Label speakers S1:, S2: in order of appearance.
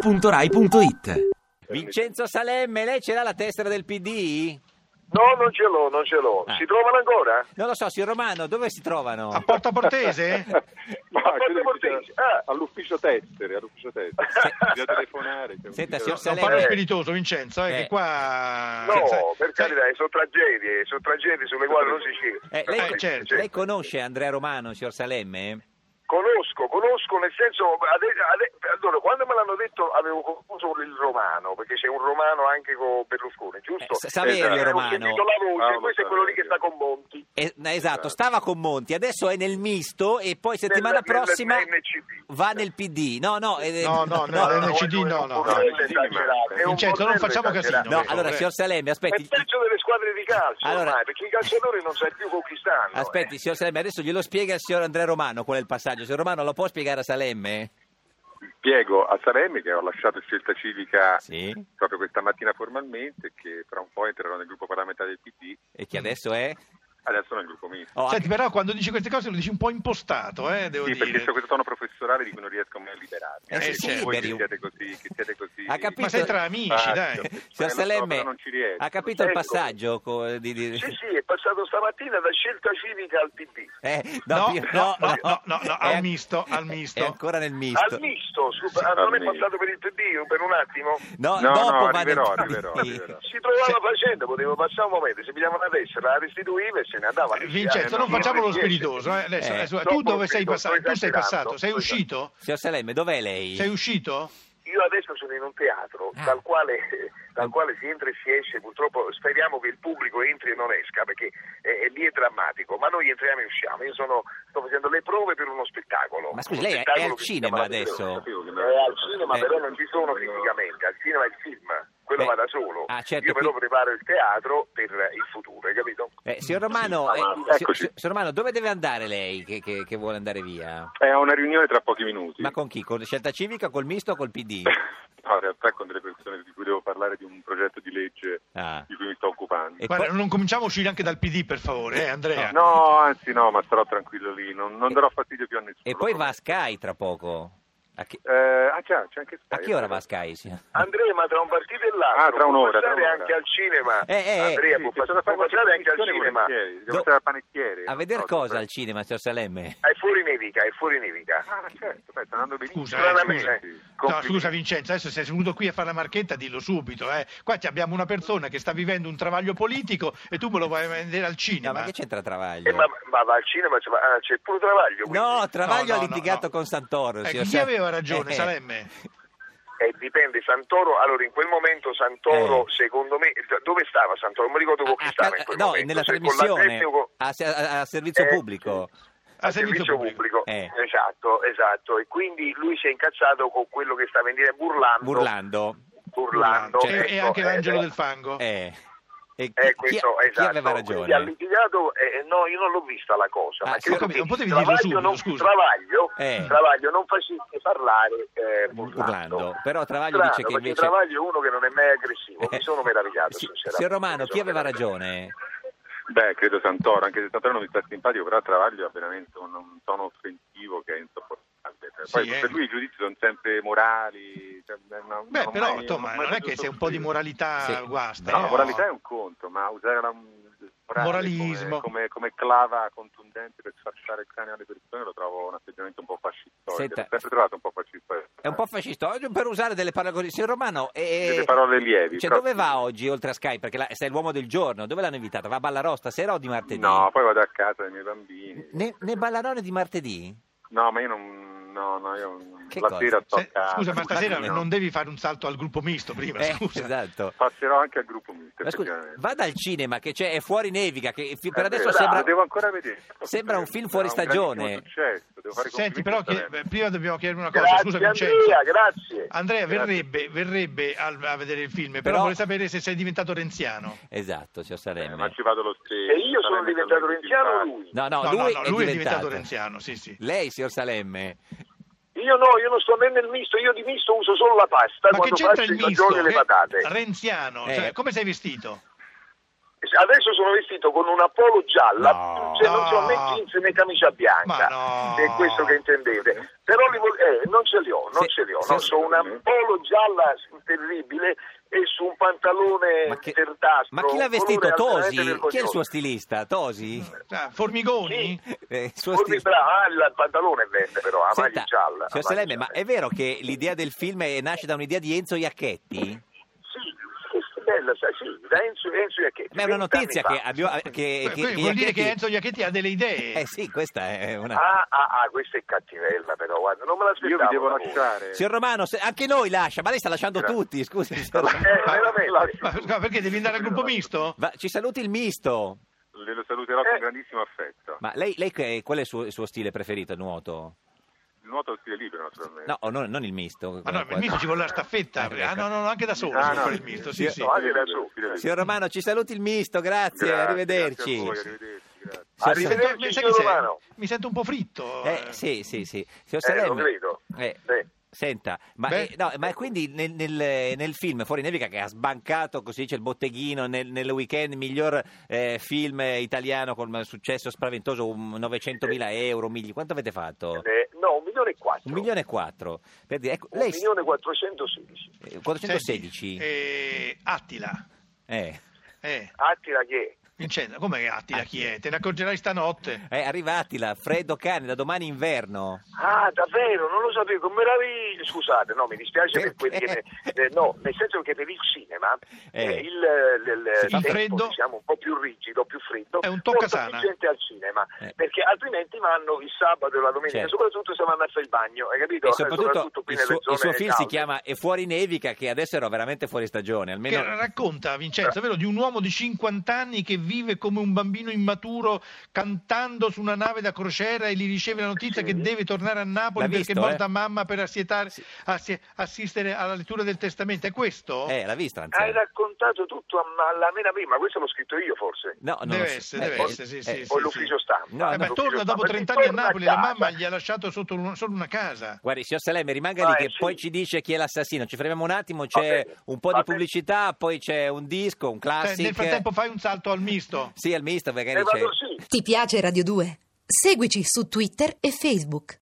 S1: radio2pod.rai.it
S2: Vincenzo Salemme, lei ce l'ha la tessera del PD?
S3: No, non ce l'ho, non ce l'ho.
S2: Ah.
S3: Si trovano ancora?
S2: Non lo so, signor Romano, dove si trovano?
S4: A Porta Portese?
S3: Ma
S5: Ma
S3: quanti
S5: credo che
S3: portieri?
S5: sia
S3: Ah.
S5: all'ufficio tessere, all'ufficio tessere.
S2: Se-
S5: Bisogna telefonare. c'è un
S2: Senta, signor
S5: ufficio-
S4: eh, Non
S2: Salemme.
S4: parlo spiritoso, Vincenzo, eh,
S2: Eh.
S4: che qua...
S3: No,
S4: sai-
S3: per
S4: sai-
S3: carità, sono tragedie, sono tragedie sulle quali non si scherza.
S2: Eh, lei,
S4: Eh, certo.
S2: lei conosce Andrea Romano, signor Salemme?
S3: Conosco, conosco nel senso, ade- ade- allora quando me l'hanno detto avevo confuso il romano, perché c'è un romano anche con Berlusconi, giusto?
S2: Eh, Sa- Saverio
S3: avevo
S2: Romano.
S3: sentito la voce,
S5: Paolo
S3: questo è quello lì che
S5: Ah, Saverio.
S3: sta con Monti.
S2: Eh, esatto, stava con Monti, adesso è nel misto e poi settimana
S3: Nel- nel-
S2: prossima
S3: NCD.
S2: va nel PD. No, no, eh,
S4: No, no, no,
S3: Allora,
S4: NCD
S3: guarda,
S4: no,
S3: è un
S4: no,
S3: bordello
S5: no, no.
S3: esagerato, è un
S4: Vincenzo, non
S3: bordello
S4: facciamo
S3: esagerato.
S4: casino.
S2: No, allora, signor Salemme,
S3: È
S2: aspetti.
S3: il peggio delle squadre di calcio
S2: Allora-
S3: ormai, perché i calciatori non sanno più con chi stanno. eh.
S2: Aspetti, signor Salemme, adesso glielo spiega il signor Andrea Romano qual è il passaggio. Signor Romano, lo può spiegare a Salemme?
S5: Spiego a Salemme che ho lasciato scelta
S4: Ah.
S5: civica
S2: Sì.
S5: proprio questa mattina formalmente, che tra un po' entrerò nel gruppo parlamentare del PD,
S2: E che adesso è?
S5: adesso nel gruppo misto.
S2: Oh,
S4: Senti, però quando dici queste cose lo dici un po' impostato, eh, devo
S5: Sì, perché
S4: dire.
S5: c'è questo tono professorale di cui non riesco mai a liberarmi.
S2: Eh, sì, sì,
S5: voi
S2: Beriu.
S5: che siete così, che siete così.
S2: Ha capito?
S4: Ma sei tra amici,
S5: Ah,
S4: dai.
S5: sì.
S2: signor
S5: Eh, lo so,
S2: Salemme,
S5: però non ci riesco.
S2: ha capito il
S3: Ecco.
S2: passaggio? co- di- di-
S3: Sì, sì, è passato stamattina da scelta civica al PD.
S2: Eh,
S4: No,
S2: io-
S4: no, no, no, no, al
S2: È-
S4: misto, al misto.
S2: È ancora nel misto.
S3: Al misto, scusa, ah,
S5: al
S3: non è
S5: misto.
S3: passato per il PD per un attimo?
S2: No,
S5: No,
S2: dopo
S5: no,
S2: va nel
S5: arriverò,
S2: PD.
S5: arriverò, arriverò.
S3: Si trovava facendo, potevo passare un momento, se mi dava una tessera la restituiva e se ne andava.
S4: Eh, Vincenzo, non
S3: Eh, no,
S4: facciamo lo
S3: niente.
S4: spiritoso. eh, adesso-
S2: Eh.
S4: adesso-
S3: No,
S4: tu dove sei
S3: sto
S4: passato? Tu sei
S3: esagerando.
S4: passato? Sei uscito?
S2: Signor Salemme, dov'è lei?
S4: Sei uscito?
S3: Io adesso sono in un teatro
S2: Ah.
S3: dal, quale, dal quale si entra e si esce, purtroppo speriamo che il pubblico entri e non esca perché è, è lì è drammatico, ma noi entriamo e usciamo. Io sono, sto facendo le prove per uno spettacolo.
S2: Ma scusi,
S3: Un
S2: lei è- è
S3: spettacolo
S2: al
S3: che si
S2: cinema
S3: chiama La
S2: adesso?
S3: Vedova.
S5: Sapevo che me
S3: È al cinema,
S2: Eh.
S3: però non ci sono fisicamente, al cinema è il film, quello
S2: Eh.
S3: va da solo.
S2: Ah, certo,
S3: Io però
S2: qui-
S3: preparo il teatro per il futuro, hai capito?
S2: Eh, signor Romano,
S3: Sì,
S2: eh,
S3: avanti,
S2: si-
S5: eccoci.
S2: si- signor Romano, dove deve andare lei che, che- che vuole andare via?
S5: È Eh, una riunione tra pochi minuti.
S2: Ma con chi? Con scelta civica, col misto o col PD?
S5: No, in realtà con delle persone di cui devo parlare di un progetto di legge
S2: Ah.
S5: di cui mi sto occupando.
S2: E
S4: Guarda,
S2: poi-
S4: non cominciamo a uscire anche dal PD, per favore, eh, Andrea.
S5: No, anzi no, ma starò tranquillo lì, non, non
S2: E-
S5: darò fastidio più a nessuno.
S2: E poi va a Sky tra poco. A che,
S5: Eh, ah già, c'è anche
S2: a
S5: Sky.
S2: che ora va a Sky? signor?
S3: Andrea, ma tra un partito e l'altro,
S5: Ah, tra un'ora,
S3: può
S5: tra
S3: passare
S5: un'ora.
S3: anche al cinema.
S2: Eh, eh, eh.
S3: Andrea,
S5: Sì,
S3: può,
S5: c'è da
S3: pass-
S5: fare
S3: può passare anche al
S5: qualche
S3: cinema.
S5: volentieri, devo
S2: Do-
S5: andare al panettiere.
S2: A vedere
S5: No,
S2: cosa
S5: per-
S2: al cinema, signor Salemme?
S3: È fuori nevica, è fuori nevica.
S5: Ah, certo, beh, sta andando benissimo.
S4: Scusa, eh,
S3: Veramente.
S4: scusa.
S5: Complimenti.
S4: No, scusa Vincenzo, adesso sei venuto qui a fare la marchetta, dillo subito. Eh. Qua ci abbiamo una persona che sta vivendo un travaglio politico e tu me lo vai a vendere al
S2: No,
S4: cinema.
S2: ma che c'entra Travaglio?
S3: Eh, ma, ma va al cinema, cioè, ma- ah, c'è pure Travaglio. quindi.
S2: No, Travaglio
S4: No, no,
S2: ha litigato
S4: no, no.
S2: con Santoro.
S4: Eh,
S2: signor
S4: chi
S2: Sa-
S4: aveva ragione,
S2: Eh,
S4: Salemme?
S3: Eh, dipende, Santoro, allora in quel momento Santoro,
S2: Eh.
S3: secondo me, d- dove stava Santoro? Non mi ricordo con
S2: a-
S3: chi
S2: a-
S3: stava in quel
S2: no,
S3: momento.
S2: nella
S3: se con
S2: trasmissione Ah,
S3: l'Atletico o con-
S2: a, a- a servizio
S3: Eh,
S2: pubblico.
S4: A
S3: al servizio, pubblico.
S2: Eh.
S3: Esatto, esatto. E quindi lui si è incazzato con quello che stava in dire burlando.
S2: Burlando.
S3: burlando,
S4: E, e
S3: ecco,
S4: Cioè, anche
S3: eh,
S4: l'angelo
S3: eh.
S4: del fango.
S2: Eh. E
S3: Eh,
S2: chi-
S3: questo,
S2: chi, chi
S3: esatto.
S2: aveva
S3: Quindi ha
S2: ragione?
S3: litigato, eh, no, io non l'ho vista la cosa.
S2: Ah,
S3: ma
S2: sì,
S3: credo
S2: ho
S3: che
S4: capito, non potevi dirlo
S3: Travaglio
S4: subito,
S3: non,
S4: scusa.
S3: Travaglio,
S2: Eh.
S3: Travaglio non facesse parlare eh,
S2: Burlando.
S3: Burlando.
S2: Però Travaglio
S3: Strano,
S2: dice che
S3: perché
S2: invece-
S3: Travaglio è uno che non è mai aggressivo, mi
S2: Eh,
S3: sono meravigliato.
S2: si-
S3: sinceramente.
S2: Signor Romano,
S3: Mi sono
S2: chi aveva
S3: meravigliato.
S2: ragione?
S5: Beh, credo Santoro, anche se Santoro non mi sta simpatico, però Travaglio ha veramente un, un tono offensivo che è insopportabile. Cioè,
S4: Sì,
S5: Poi
S4: eh.
S5: per lui i giudizi sono sempre morali. Cioè, non-
S4: Beh,
S5: non
S4: però
S5: mai-
S4: Tomma, non,
S5: mai
S4: è che
S5: potuto
S4: se un po' di
S5: soffrire.
S4: moralità
S2: Sì.
S4: guasta.
S5: No,
S4: eh.
S5: Ah, moralità è un conto, ma usare la morale
S4: Moralismo.
S5: Come, come, come clava contundente per sfasciare il cranio alle persone lo trovo un atteggiamento un po' fascistoide.
S2: Senta.
S5: L'ho sempre trovato un po' fascistoide.
S2: È un po' fascista. Oggi per usare delle parole così. Signor Romano, eh,
S5: Delle parole lievi,
S2: Cioè,
S5: però-
S2: dove va oggi oltre a Sky? Perché la- sei l'uomo del giorno. Dove l'hanno invitata? Va a Ballarò stasera o di martedì?
S5: No, poi vado a casa dei miei bambini.
S2: Né, né Ballarò né di martedì?
S5: No, ma io non... No, no, io non-
S2: Che
S5: la
S2: cosa?
S5: sera sto a
S4: Se-
S5: casa.
S4: scusa, ma stasera
S5: No.
S4: non devi fare un salto al gruppo misto prima,
S2: Eh,
S4: scusa.
S2: esatto.
S5: Passerò anche al gruppo misto,
S2: Ma scusa,
S5: effettivamente.
S2: vada al cinema che c'è, è fuori nevica, che fi- per
S5: Eh,
S2: adesso
S5: beh,
S2: sembra,
S5: lo devo ancora vedere.
S2: sembra un film fuori
S5: Ha un
S2: stagione.
S5: grandissimo successo, devo fare i complimenti
S4: Senti, però
S5: a
S4: chi-
S5: Salerno.
S4: beh, prima dobbiamo chiedere una cosa.
S3: Grazie
S4: scusa, Vincenzo.
S3: Andrea, grazie.
S4: Andrea
S5: Grazie.
S4: verrebbe, verrebbe al- a vedere il film, però,
S2: Però-
S4: vuole sapere se sei diventato renziano.
S2: Esatto, signor
S5: Eh, ma
S2: Salemme.
S5: ci vado lo stesso.
S3: E io sono
S5: Salerno è
S3: diventato
S5: talmente
S3: renziano
S5: simpatico.
S3: lui.
S2: No, no, lui, è, diventato.
S4: renziano, sì, sì.
S2: Lei, signor Salemme.
S3: Io no, io non sto né nel misto, io di misto uso solo la pasta
S4: Ma che
S3: quando
S4: c'entra
S3: faccio
S4: il
S3: i
S4: misto? Eh,
S3: fagioli e le
S4: Che-
S3: patate.
S4: Renziano,
S2: Eh.
S4: cioè, come sei vestito?
S3: Adesso sono vestito con una polo gialla,
S2: No.
S3: cioè non ho né
S4: No.
S3: jeans né camicia bianca,
S4: Ma no.
S3: se è questo che intendete. Però li vol- eh, non ce li ho, non
S2: Se-
S3: ce li ho,
S2: se-
S3: no, sono una polo gialla terribile e su un
S5: Eh,
S3: pantalone
S2: Ma, che-
S3: verdastro.
S2: ma chi l'ha
S3: un colore
S2: vestito?
S3: altamente
S2: Tosi? Chi è il suo
S3: vergognoso.
S2: stilista? Tosi?
S5: Mm.
S4: Ah, Formigoni?
S2: Eh, il suo
S3: Forse
S2: stilista.
S3: bra- ah, il pantalone è verde però, la
S2: Senta,
S3: maglia gialla. la
S2: signor
S3: maglia
S2: Salemme, ma
S3: gialla.
S2: è vero che l'idea del film è- nasce da un'idea di Enzo Iacchetti?
S3: Sì, sì, bella, sai, sì, da Enzo, Enzo Iacchetti,
S2: Ma è una
S3: 20
S2: notizia
S3: anni
S2: che,
S3: fa.
S2: abbiamo, che, che-
S4: Que-
S2: che
S4: vuol dire che
S2: Iacchetti-
S4: Enzo Iacchetti ha delle idee.
S2: Eh sì, questa è una...
S3: Ah, ah, ah, questa è cattivella però, guarda, non me l'aspettavo.
S5: Io vi devo
S3: da voi.
S5: lasciare.
S2: Signor Romano, se- anche noi lascia, ma lei sta lasciando
S5: Grazie.
S2: tutti, scusi. signor
S3: Ma-
S2: Romano.
S3: eh, veramente.
S4: Ma scusa, perché devi andare al gruppo misto?
S2: Va- ci saluti il misto.
S5: Le lo saluterò con
S3: Eh.
S5: grandissimo affetto.
S2: Ma lei, lei che- qual è il suo, il suo stile preferito, il nuoto?
S5: Il nuoto al stile libero, naturalmente.
S2: No, o non, non il misto.
S4: Ma Ah, no, il misto ci vuole la staffetta.
S2: Ah,
S4: Ah,
S2: ecco.
S4: no, no, no, anche da solo
S5: Ah,
S4: si
S5: no.
S4: fa il misto, sì,
S2: Io-
S4: sì.
S3: No, anche da
S5: Stile
S3: solo.
S5: libero.
S2: Signor Romano, ci saluti il misto, grazie,
S5: Grazie,
S2: arrivederci.
S5: grazie a voi, arrivederci, grazie.
S2: Signor
S3: Arrivederci.
S2: Salemme-
S4: Mi
S3: Signor
S4: sa che sei-
S3: Romano.
S4: Mi sento un po' fritto.
S2: Eh, sì, sì, sì. Signor
S3: Eh, lo
S2: Salemme-
S3: credo.
S2: Eh,
S3: Sì.
S2: Senta, ma,
S4: Beh.
S2: eh, no, ma quindi nel, nel- nel film Fuori Nevica che ha sbancato, così dice, il botteghino nel, nel weekend miglior eh, film italiano con successo spaventoso, un 900.000 euro, migli- quanto avete fatto?
S3: Eh, no, un milione e quattro.
S2: Un milione e quattro. Per dire, ecco,
S3: Un
S2: lei,
S3: milione e
S2: eh,
S3: 416.
S4: Senti,
S2: 416?
S4: eh, Attila.
S2: Eh,
S4: Eh,
S3: Attila che
S4: Vincenzo, com'è che Attila chi è?
S2: Attila.
S4: Te ne accorgerai stanotte.
S2: eh, arrivatela, freddo cane, da domani inverno.
S3: Ah, davvero, non lo sapevo, che meraviglia. Scusate, no, mi dispiace per quelli che
S2: Perché?
S3: ne- eh, no, nel senso che per il cinema
S2: Eh.
S3: eh, il, eh, il-
S4: Sì,
S3: il
S4: fa
S3: tempo,
S4: freddo.
S3: diciamo un po' più rigido, più freddo,
S4: È un
S3: però
S4: toccasana.
S3: sufficiente al cinema,
S2: Eh.
S3: perché altrimenti vanno il sabato e la domenica,
S2: Certo.
S3: soprattutto se vanno a fare il bagno, hai capito?
S2: E
S3: Eh,
S2: soprattutto
S3: qui
S2: il suo,
S3: nelle zone
S2: il suo film si
S3: calde.
S2: chiama E fuori nevica che adesso ero veramente fuori stagione, almeno...
S4: Che racconta, Vincenzo, vero, di un uomo di 50 anni che vive come un bambino immaturo cantando su una nave da crociera e gli riceve la notizia
S3: Sì.
S4: che deve tornare a Napoli
S2: L'ha
S4: perché
S2: visto,
S4: è morta
S2: eh?
S4: mamma per assietare-
S2: Sì.
S4: assi- assistere alla lettura del testamento. È questo?
S2: Eh, l'ha vista,
S3: Hai
S2: Anzella?
S3: raccontato tutto a- alla mena prima, questo l'ho scritto io forse.
S2: No, non
S4: Deve
S2: lo so. Eh,
S4: essere, deve essere, sì, sì, sì.
S3: o l'ufficio stampa.
S2: No,
S4: Eh
S2: no.
S4: beh, torna
S3: L'ufficio stampa.
S4: dopo 30 anni a
S3: Torna
S4: Napoli, la
S3: casa.
S4: mamma gli ha lasciato sotto un- solo una casa.
S2: Guardi, signor Salemme, rimanga lì
S3: Ah, eh,
S2: che
S3: sì.
S2: poi ci dice chi è l'assassino. Ci fermiamo un attimo,
S3: Va
S2: c'è
S3: bene,
S2: un po'
S3: va
S2: di
S3: bene.
S2: pubblicità, poi c'è un disco, un
S4: Cioè,
S2: classic.
S4: nel frattempo fai un salto al misto.
S2: Sì, al misto,
S3: E
S2: magari c'è...
S3: vado Eh, sì.
S1: Ti piace Radio 2? Seguici su Twitter e Facebook.